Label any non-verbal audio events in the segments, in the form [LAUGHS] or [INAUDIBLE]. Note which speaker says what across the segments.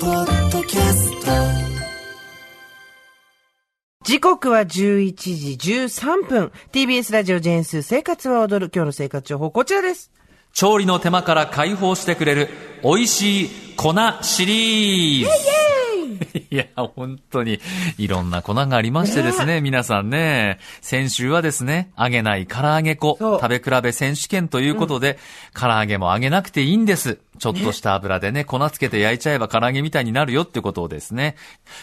Speaker 1: TBS ポッドキャスト
Speaker 2: 時刻は11時13分。TBS ラジオジェーンスー生活は踊る。今日の生活情報こちらです。
Speaker 3: 調理の手間から解放してくれる美味しい粉シリーズ。いや、本当に、いろんな粉がありましてですね、皆さんね。先週はですね、揚げない唐揚げ粉、
Speaker 2: そう
Speaker 3: 食べ比べ選手権ということで、唐揚げも揚げなくていいんです。ちょっとした油でね、粉つけて焼いちゃえば唐揚げみたいになるよってことをですね。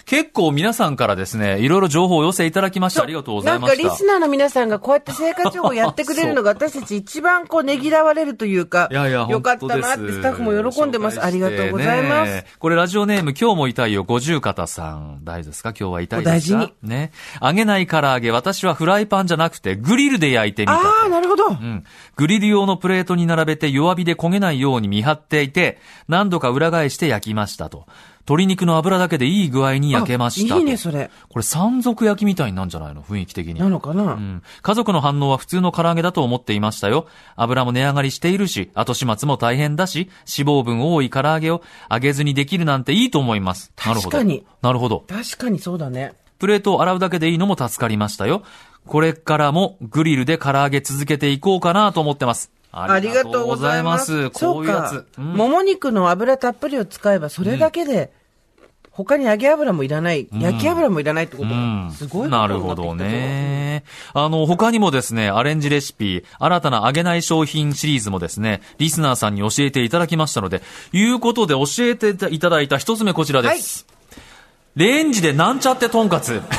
Speaker 3: 結構皆さんからですね、いろいろ情報をお寄せいただきましてありがとうございました。
Speaker 2: なんかリスナーの皆さんがこうやって生活情報やってくれるのが私たち一番こうねぎらわれるという
Speaker 3: [LAUGHS]
Speaker 2: か、
Speaker 3: いやいや、
Speaker 2: よかっ
Speaker 3: 本
Speaker 2: た
Speaker 3: 当です
Speaker 2: なってスタッフも喜んでます。
Speaker 3: 紹
Speaker 2: あ
Speaker 3: 介
Speaker 2: り
Speaker 3: し
Speaker 2: が
Speaker 3: て
Speaker 2: とうございます
Speaker 3: ね。これラジオネーム、今日も痛いよ、五十肩さん。大丈夫ですか今日は痛いですか
Speaker 2: お大事
Speaker 3: ね。揚げない唐揚げ、私はフライパンじゃなくて、グリルで焼いてみた。
Speaker 2: ああ、なるほど。
Speaker 3: うん。グリル用のプレートに並べて弱火で焦げないように見張っていて、何度か裏返して焼きましたと。鶏肉の油だけでいい具合に焼けました
Speaker 2: あ
Speaker 3: と。
Speaker 2: いいね、それ。
Speaker 3: これ山賊焼きみたいになんじゃないの雰囲気的に。
Speaker 2: なのかな、
Speaker 3: うん家族の反応は普通の唐揚げだと思っていましたよ。油も値上がりしているし、後始末も大変だし、脂肪分多い唐揚げを揚げずにできるなんていいと思います。なるほど。
Speaker 2: 確かに。
Speaker 3: なるほど。
Speaker 2: 確かにそうだね。
Speaker 3: プレートを洗うだけでいいのも助かりましたよ。これからもグリルで唐揚げ続けていこうかなと思ってます。
Speaker 2: ありがとうございます。
Speaker 3: こういうや
Speaker 2: そ
Speaker 3: つ
Speaker 2: か。
Speaker 3: うん
Speaker 2: もも肉の油たっぷりを使えば、それだけで、他に揚げ油もいらない、焼き油もいらないってことだ、
Speaker 3: うん
Speaker 2: すごいことに
Speaker 3: な
Speaker 2: な
Speaker 3: る
Speaker 2: る
Speaker 3: ほ
Speaker 2: ほ
Speaker 3: ど
Speaker 2: ど
Speaker 3: ね。あの、他にもですね、アレンジレシピ、新たな揚げない商品シリーズもですね、リスナーさんに教えていただきましたので、いうことで教えていただいた一つ目こちらです。レンジでなんちゃってとんかつ。 [LAUGHS]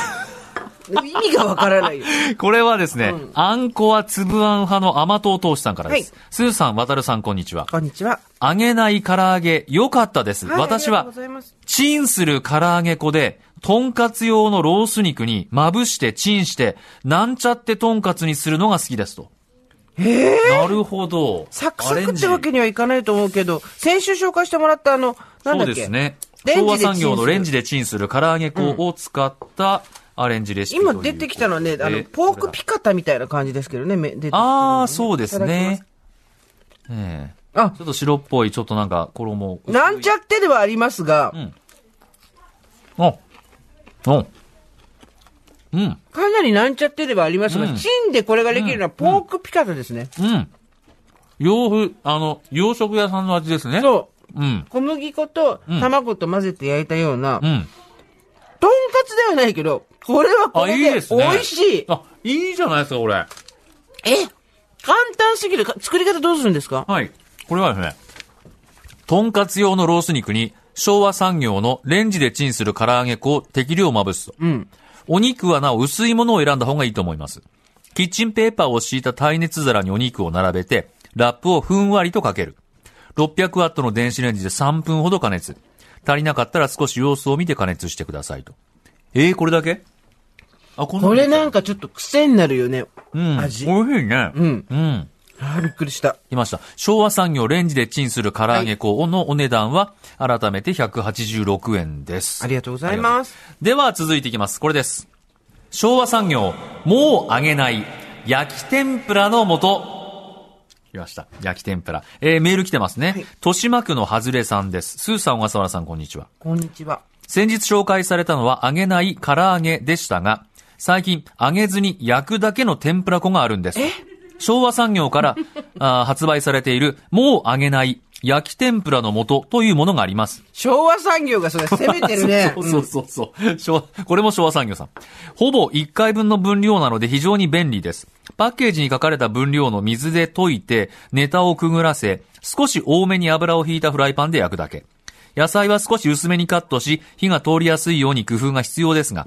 Speaker 2: 意味がわからないよ。
Speaker 3: これはですね、あんこは粒あん派の甘党投資さんからです。
Speaker 2: はい
Speaker 3: スーさん、渡るさん、こんにちは。
Speaker 2: こんにちは。
Speaker 3: 揚げない唐揚げ、良かったです。
Speaker 2: はい
Speaker 3: 私
Speaker 2: ありがと
Speaker 3: は
Speaker 2: うございます
Speaker 3: チンする唐揚げ粉で、とんかつ用のロース肉にまぶしてチンして、なんちゃってとんかつにするのが好きですと。なるほど。
Speaker 2: サクサクってわけ
Speaker 3: に
Speaker 2: にはいかないと思うけど、先週紹介してもらったあの、なんだ
Speaker 3: そ
Speaker 2: っ
Speaker 3: う
Speaker 2: け
Speaker 3: ですね。
Speaker 2: レンジでチン
Speaker 3: 昭和産業のレンジ
Speaker 2: で。
Speaker 3: でチンする唐揚げ粉を使ったアレンジレシピという
Speaker 2: 今
Speaker 3: ことで。
Speaker 2: 出てきたのはね、あ
Speaker 3: え
Speaker 2: の、ポークピカタみたいな感じですけどね、め出てきてるのね
Speaker 3: ああ、そうです
Speaker 2: い
Speaker 3: ね
Speaker 2: ただき。
Speaker 3: ええ
Speaker 2: あ
Speaker 3: ちょっと白っぽい、ちょっとなんか衣。
Speaker 2: ますなんちゃってではありますが、
Speaker 3: あ、うん。うん。
Speaker 2: かなりなんちゃってではありますが、
Speaker 3: うん
Speaker 2: チンでこれができるのはポークピカタですね。
Speaker 3: うん。洋風、あの、洋食屋さんの味ですね。う。
Speaker 2: そう。
Speaker 3: ん。
Speaker 2: 小麦粉と
Speaker 3: ん
Speaker 2: 卵と混ぜて焼いたような、
Speaker 3: うん。
Speaker 2: とんかつではないけど、これはこ
Speaker 3: あ、
Speaker 2: れ
Speaker 3: いいで
Speaker 2: です美
Speaker 3: ね。
Speaker 2: 味しい。
Speaker 3: あ、いいじゃないですか、これ。
Speaker 2: え簡単すぎる。か作り方どうするんですか
Speaker 3: はい。これはですね、とんかつ用のロース肉に、昭和産業のレンジでチンする唐揚げ粉を適量まぶすと。
Speaker 2: うん。
Speaker 3: お肉はなお薄いものを選んだ方がいいと思います。キッチンペーパーを敷いた耐熱皿にお肉を並べて、ラップをふんわりとかける。600ワットの電子レンジで3分ほど加熱。足りなかったら少し様子を見て加熱してくださいと。えー、これだけあ、こ
Speaker 2: これ
Speaker 3: ね。
Speaker 2: なんかちょっと癖になるよね。
Speaker 3: うん。
Speaker 2: 味
Speaker 3: 美味しいね。
Speaker 2: うん。
Speaker 3: うん。
Speaker 2: あーびっくりした。
Speaker 3: いました。昭和産業レンジでチンする唐揚げ粉のお値段は、改めて186円です。
Speaker 2: ありがとうございます。
Speaker 3: では続いていきます。これです。昭和産業、もう揚げない、焼き天ぷらの素。来ました。焼き天ぷら。えー、メール来てますね。
Speaker 2: はい
Speaker 3: 豊島区のはずれさんです。スーさん、小笠原さん、こんにちは。
Speaker 2: こんにちは。
Speaker 3: 先日紹介されたのは揚げない唐揚げでしたが、最近揚げずに焼くだけの天ぷら粉があるんです。昭和産業から
Speaker 2: [LAUGHS]
Speaker 3: あー発売されている、もう揚げない焼き天ぷらの素というものがあります。
Speaker 2: 昭和産業がそれ
Speaker 3: [LAUGHS]
Speaker 2: 攻めてるね。
Speaker 3: そうそうそうそう昭和。これも昭和産業さん。ほぼ1回分の分量なので非常に便利です。パッケージに書かれた分量の水で溶いて、ネタをくぐらせ、少し多めに油を引いたフライパンで焼くだけ。野菜は少し薄めにカットし、火が通りやすいように工夫が必要ですが、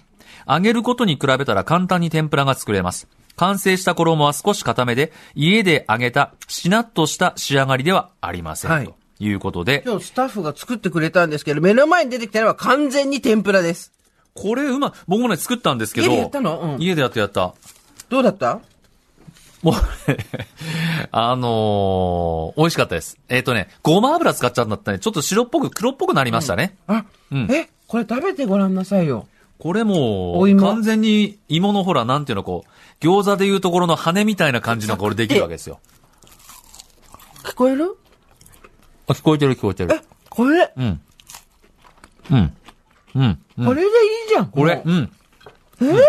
Speaker 3: 揚げることに比べたら簡単に天ぷらが作れます。完成した衣は少し固めで、家で揚げた、しなっとした仕上がりではありません。
Speaker 2: はい
Speaker 3: ということで、
Speaker 2: 今日スタッフが作ってくれたんですけど、目の前に出てきたのは完全に天ぷらです。
Speaker 3: これうま、僕もね、作ったんですけど。
Speaker 2: 家でやったのうん
Speaker 3: 家でやってやった。
Speaker 2: どうだった
Speaker 3: もう、 [LAUGHS] あのー美味しかったです。えっ、とね、ごま油使っちゃったんで、ちょっと白っぽく、黒っぽくなりましたね。
Speaker 2: あ、
Speaker 3: うん
Speaker 2: え、これ食べてごらんなさいよ。
Speaker 3: これも
Speaker 2: お
Speaker 3: う、
Speaker 2: 芋
Speaker 3: 完全に芋のほら、なんていうの、こう、餃子でいうところの羽みたいな感じのこれできるわけですよ。
Speaker 2: 聞こえる
Speaker 3: あ、聞こえてる聞こえてる
Speaker 2: え。、これ、
Speaker 3: うん。うん。うん。うん
Speaker 2: これでいいじゃん。
Speaker 3: これ
Speaker 2: も、う
Speaker 3: うん。
Speaker 2: えー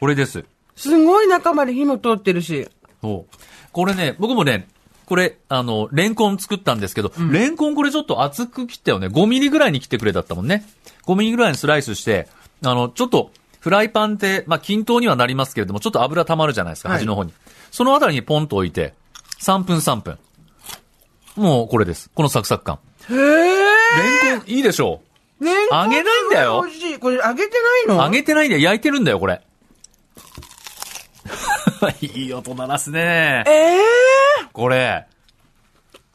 Speaker 3: これです。
Speaker 2: すごい中まで火も通ってるし。
Speaker 3: そう。これね、僕もね、これ、あの、レンコン作ったんですけど、レンコンこれちょっと厚く切ったよね。5ミリぐらいに切ってくれだったもんね。5ミリぐらいにスライスして、あの、ちょっと、フライパンって、まあ、均等にはなりますけれども、ちょっと油溜まるじゃないですか、
Speaker 2: はい
Speaker 3: 端の方に。そのあたりにポンと置いて、3分3分。もう、これです。このサクサク感。
Speaker 2: へえ。
Speaker 3: レンコン、いいでしょう
Speaker 2: 年
Speaker 3: 揚げないんだよ
Speaker 2: 美味しい。これ揚げてないの
Speaker 3: 揚げてないんだよ、焼いてるんだよ、これ。 [LAUGHS] いい音鳴らす [LAUGHS] ね。
Speaker 2: ええ
Speaker 3: これ。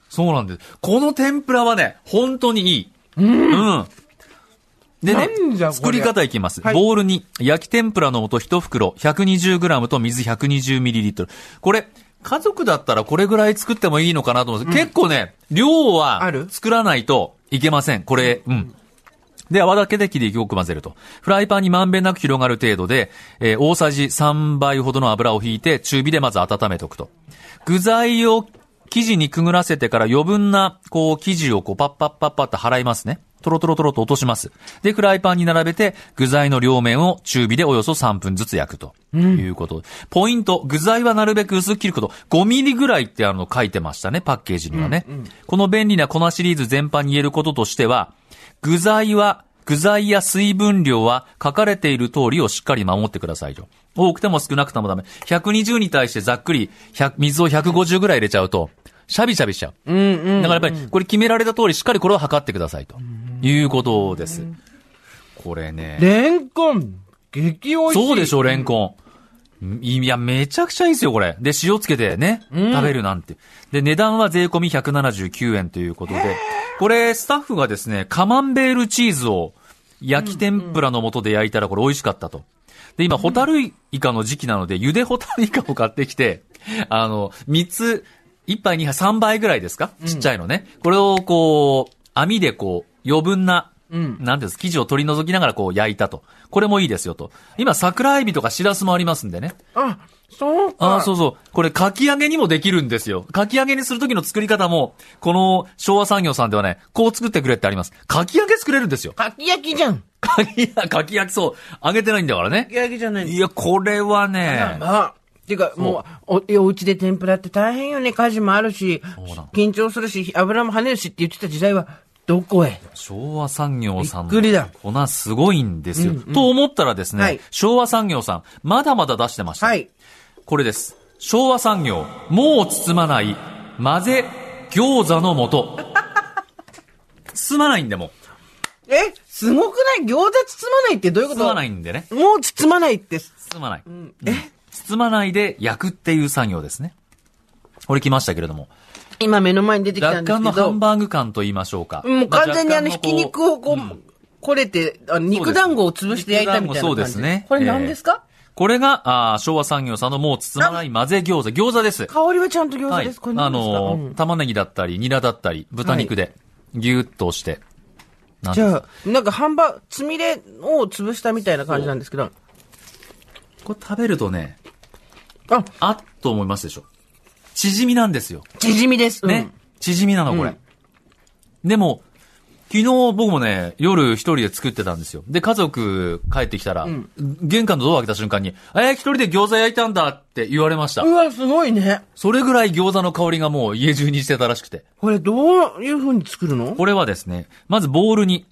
Speaker 3: そうなんです。この天ぷらはね、本当にいい。うん。でね
Speaker 2: なんじゃこりゃ、
Speaker 3: 作り方いきます。
Speaker 2: はい
Speaker 3: ボウルに焼き天ぷらの素1袋 120g と水 120ml。これ、家族だったらこれぐらい作ってもいいのかなと思うんです、結構ね、量は
Speaker 2: ある
Speaker 3: 作らないといけません。これ、うん。で、泡立てで切りよく混ぜると。フライパンにまんべんなく広がる程度で、えー大さじ3倍ほどの油を引いて、中火でまず温めておくと。具材を生地にくぐらせてから余分な、こう、生地をこう、パッパッパッパッと払いますね。トロトロトロと落とします。で、フライパンに並べて、具材の両面を中火でおよそ3分ずつ焼くと。いうこと。ポイント、具材はなるべく薄く切ること。5ミリぐらいってあの、書いてましたね、パッケージにはね。この便利な粉シリーズ全般に言えることとしては、具材は、具材や水分量は書かれている通りをしっかり守ってくださいと。多くても少なくてもダメ。120に対してざっくり100水を150ぐらい入れちゃうと、シャビシャビしちゃう。
Speaker 2: うんうん。
Speaker 3: だからやっぱり、これ決められた通りしっかりこれを測ってくださいと。いうことです。これね。
Speaker 2: レンコン、激美味しい。
Speaker 3: そうでしょ、
Speaker 2: う。
Speaker 3: レンコン。いや、めちゃくちゃいいですよ、これ。で、塩つけてね、食べるなんて。で、値段は税込み179円ということで、これ、スタッフがですね、カマンベールチーズを焼き天ぷらの素で焼いたらこれ美味しかったと。で、今、ホタルイカの時期なので、茹でホタルイカを買ってきて、 [LAUGHS] あの、3つ、1杯、2杯、3杯ぐらいですかちっちゃいのね。これをこう、網でこう、余分な、
Speaker 2: うん
Speaker 3: なんていうんです、生地を取り除きながらこう焼いたと。これもいいですよと。今、桜エビとかシラスもありますんでね。
Speaker 2: あ、そうか。
Speaker 3: ああ、そうそう。これ、かき揚げにもできるんですよ。かき揚げにするときの作り方も、この昭和産業さんではね、こう作ってくれってあります。かき揚げ作れるんですよ。 [LAUGHS]
Speaker 2: かき焼きじゃん。
Speaker 3: かき、かき焼きそう。揚げてないんだから
Speaker 2: か
Speaker 3: ね
Speaker 2: き。焼きじゃない。
Speaker 3: いや、これは
Speaker 2: ま
Speaker 3: ね
Speaker 2: あ、、まあ。てか、もう、お、お家で天ぷらって大変よね。家事もあるし
Speaker 3: うなの、
Speaker 2: 緊張するし、油も跳ねるしって言ってた時代は、どこへ
Speaker 3: 昭和産業さん
Speaker 2: びっくりだ
Speaker 3: の粉すごいんですよ。と思ったらですね、
Speaker 2: はい
Speaker 3: 昭和産業さん、まだまだ出してました。
Speaker 2: はい。
Speaker 3: これです。昭和産業、もう包まない、混ぜ餃子の素。 [LAUGHS] 包まないんでもう、
Speaker 2: え、すごくない餃子包まないってどういうこと。
Speaker 3: 包まないいんでね。
Speaker 2: もう包まないって。
Speaker 3: 包まない。え包まないで焼くっていう作業ですね。これ来ましたけれども。
Speaker 2: 今目の前に出てきた
Speaker 3: 若
Speaker 2: んです
Speaker 3: 干
Speaker 2: け
Speaker 3: の
Speaker 2: ど。
Speaker 3: ハンバーグ感と言いましょうか。
Speaker 2: もう完全にあの、
Speaker 3: ま
Speaker 2: ひ
Speaker 3: 若
Speaker 2: き
Speaker 3: 干
Speaker 2: 肉をこう、これて、あの肉団子を潰して焼いたみたいな感じ。
Speaker 3: そうですね
Speaker 2: これ何ですか、
Speaker 3: これが、あー昭和産業さんのもう包まない混ぜ餃子。餃子です。
Speaker 2: 香りはちゃんと餃子
Speaker 3: は
Speaker 2: で
Speaker 3: い
Speaker 2: す。これ。
Speaker 3: あ
Speaker 2: 何ですか、
Speaker 3: の
Speaker 2: う
Speaker 3: ー
Speaker 2: ん
Speaker 3: 玉ねぎだったり、ニラだったり、豚肉で、ぎゅーっとして。なん
Speaker 2: じ
Speaker 3: です
Speaker 2: ゃあ、なんかハンバーグ、つみれを潰したみたいな感じなんですけど。
Speaker 3: これ食べるとね、
Speaker 2: あ、
Speaker 3: あっと思いますでしょ。縮みなんですよ。
Speaker 2: 縮みです。
Speaker 3: ね。縮みなの、これ。でも、昨日僕もね、夜一人で作ってたんですよ。で、家族帰ってきたら、玄関のドア開けた瞬間に、えー、一人で餃子焼いたんだって言われました
Speaker 2: うん。う。わ、すごいね。
Speaker 3: それぐらい餃子の香りがもう家中にしてたらしくて。
Speaker 2: これどういう風に作るの
Speaker 3: これはですね、まずボウルに、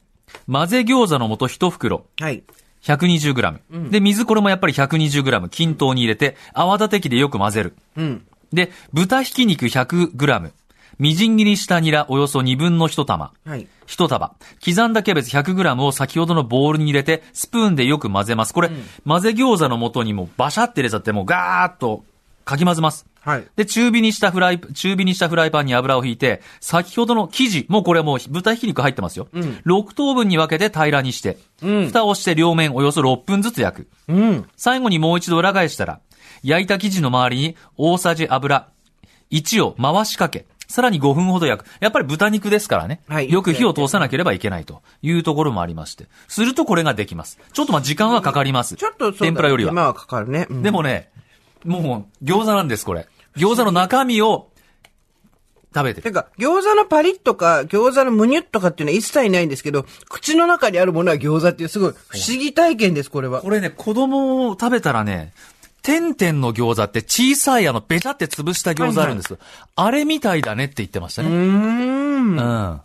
Speaker 3: 混ぜ餃子の素一袋、
Speaker 2: はい。
Speaker 3: 120g。で、水これもやっぱり 120g、均等に入れて、泡立て器でよく混ぜる。
Speaker 2: うん。
Speaker 3: で、豚ひき肉 100g、みじん切りしたニラおよそ2分の1玉。
Speaker 2: はい。
Speaker 3: 一束。刻んだキャベツ 100g を先ほどのボウルに入れて、スプーンでよく混ぜます。これ、混ぜ餃子の素にもうバシャって入れちゃって、もうガーッとかき混ぜます。
Speaker 2: はい。
Speaker 3: で、中火にしたフライ、中火にしたフライパンに油を引いて、先ほどの生地、もうこれはもう豚ひき肉入ってますよ。
Speaker 2: ん
Speaker 3: 6等分に分けて平らにして、
Speaker 2: うん
Speaker 3: 蓋をして両面およそ6分ずつ焼く。
Speaker 2: うん。
Speaker 3: 最後にもう一度裏返したら、焼いた生地の周りに大さじ油、1を回しかけ、さらに5分ほど焼く。やっぱり豚肉ですからね。
Speaker 2: はい
Speaker 3: よく火を通さなければいけないというところもありまして。するとこれができます。ちょっとまあ時間はかかります。
Speaker 2: ちょっとそうだね
Speaker 3: 天ぷらよりは
Speaker 2: 手。間はかかるね。うん
Speaker 3: でもね、もう餃子なんです、これ。餃子の中身を食べて
Speaker 2: て
Speaker 3: る。
Speaker 2: か、餃子のパリッとか、餃子のムニュッとかっていうのは一切ないんですけど、口の中にあるものは餃子っていうすごい不思議体験です、これは
Speaker 3: こ。れね、子供を食べたらね、点々の餃子って小さいあの、べちゃって潰した餃子あるんですよ。あれみたいだねって言ってました
Speaker 2: う
Speaker 3: ね。
Speaker 2: ー
Speaker 3: うん。
Speaker 2: ん。
Speaker 3: あ、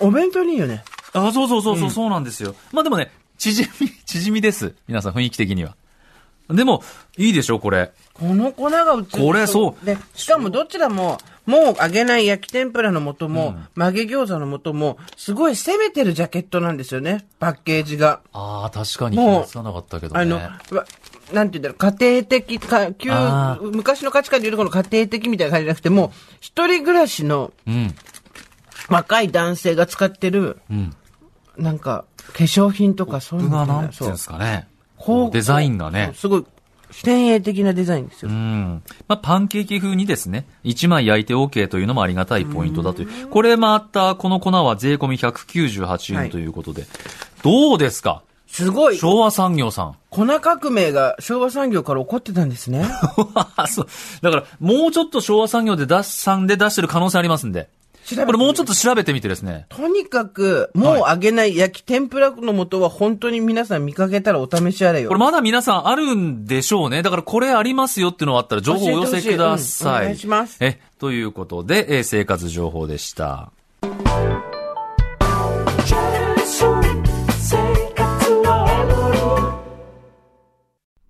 Speaker 2: お弁当にいいよね。
Speaker 3: そうそうそうそう、そうなんですよ。まあでもね、縮み、 [LAUGHS] 縮みです。皆さん雰囲気的には。でも、いいでしょ、これ。
Speaker 2: この粉がうつ
Speaker 3: これそう
Speaker 2: で、しかもどちらも、もう揚げない焼き天ぷらの素も、曲げ餃子の素も、すごい攻めてるジャケットなんですよね、パッケージが。
Speaker 3: ああ、確かに気
Speaker 2: もう
Speaker 3: がつかなかったけどね。
Speaker 2: あの、わなんて言うんだろう、家庭的、か旧
Speaker 3: あ
Speaker 2: 昔の価値観でいうとこの家庭的みたいな感じじゃなくて、もう、一人暮らしの
Speaker 3: うん。
Speaker 2: 若い男性が使ってる、
Speaker 3: うん。
Speaker 2: なんか、化粧品とかそういう
Speaker 3: 僕
Speaker 2: の
Speaker 3: が
Speaker 2: みたい
Speaker 3: なん
Speaker 2: な。
Speaker 3: ていうんです
Speaker 2: か
Speaker 3: かね。こうデザインがね。
Speaker 2: すごい、先鋭的なデザインですよ
Speaker 3: う。ん。まあ、パンケーキ風にですね、1枚焼いて OK というのもありがたいポイントだという。これまた、この粉は税込み198
Speaker 2: は
Speaker 3: 円
Speaker 2: い
Speaker 3: ということで。どうですか
Speaker 2: すごい、
Speaker 3: 昭和産業さん。
Speaker 2: 粉革命が昭和産業から起こってたんですね。
Speaker 3: [LAUGHS] そう。だから、もうちょっと昭和産業で出す、さんで出してる可能性ありますんで。
Speaker 2: 調べてみる
Speaker 3: これもうちょっと調べてみてですね。
Speaker 2: とにかく、もう揚げない焼き天ぷらの素は本当に皆さん見かけたらお試しあれよ。
Speaker 3: これまだ皆さんあるんでしょうね。だからこれありますよっていうのがあったら情報をお寄せくだ
Speaker 2: 教えてほ
Speaker 3: さい。
Speaker 2: しいうんお願いします
Speaker 3: え、ということで、えー生活情報でした。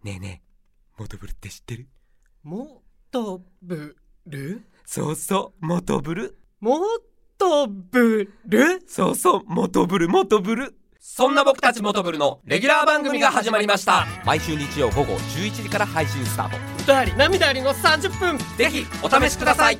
Speaker 4: ねえねえ、モトブルって知ってる
Speaker 5: もとぶる
Speaker 4: そうそう、モトブル。
Speaker 5: もとぶる
Speaker 4: そうそう、モトブル、モトブル。
Speaker 5: そんな僕たちモトブルのレギュラー番組が始まりました
Speaker 4: 毎週日曜午後11時から配信スタート。
Speaker 5: 歌あり涙ありの30分
Speaker 4: ぜひ、お試しください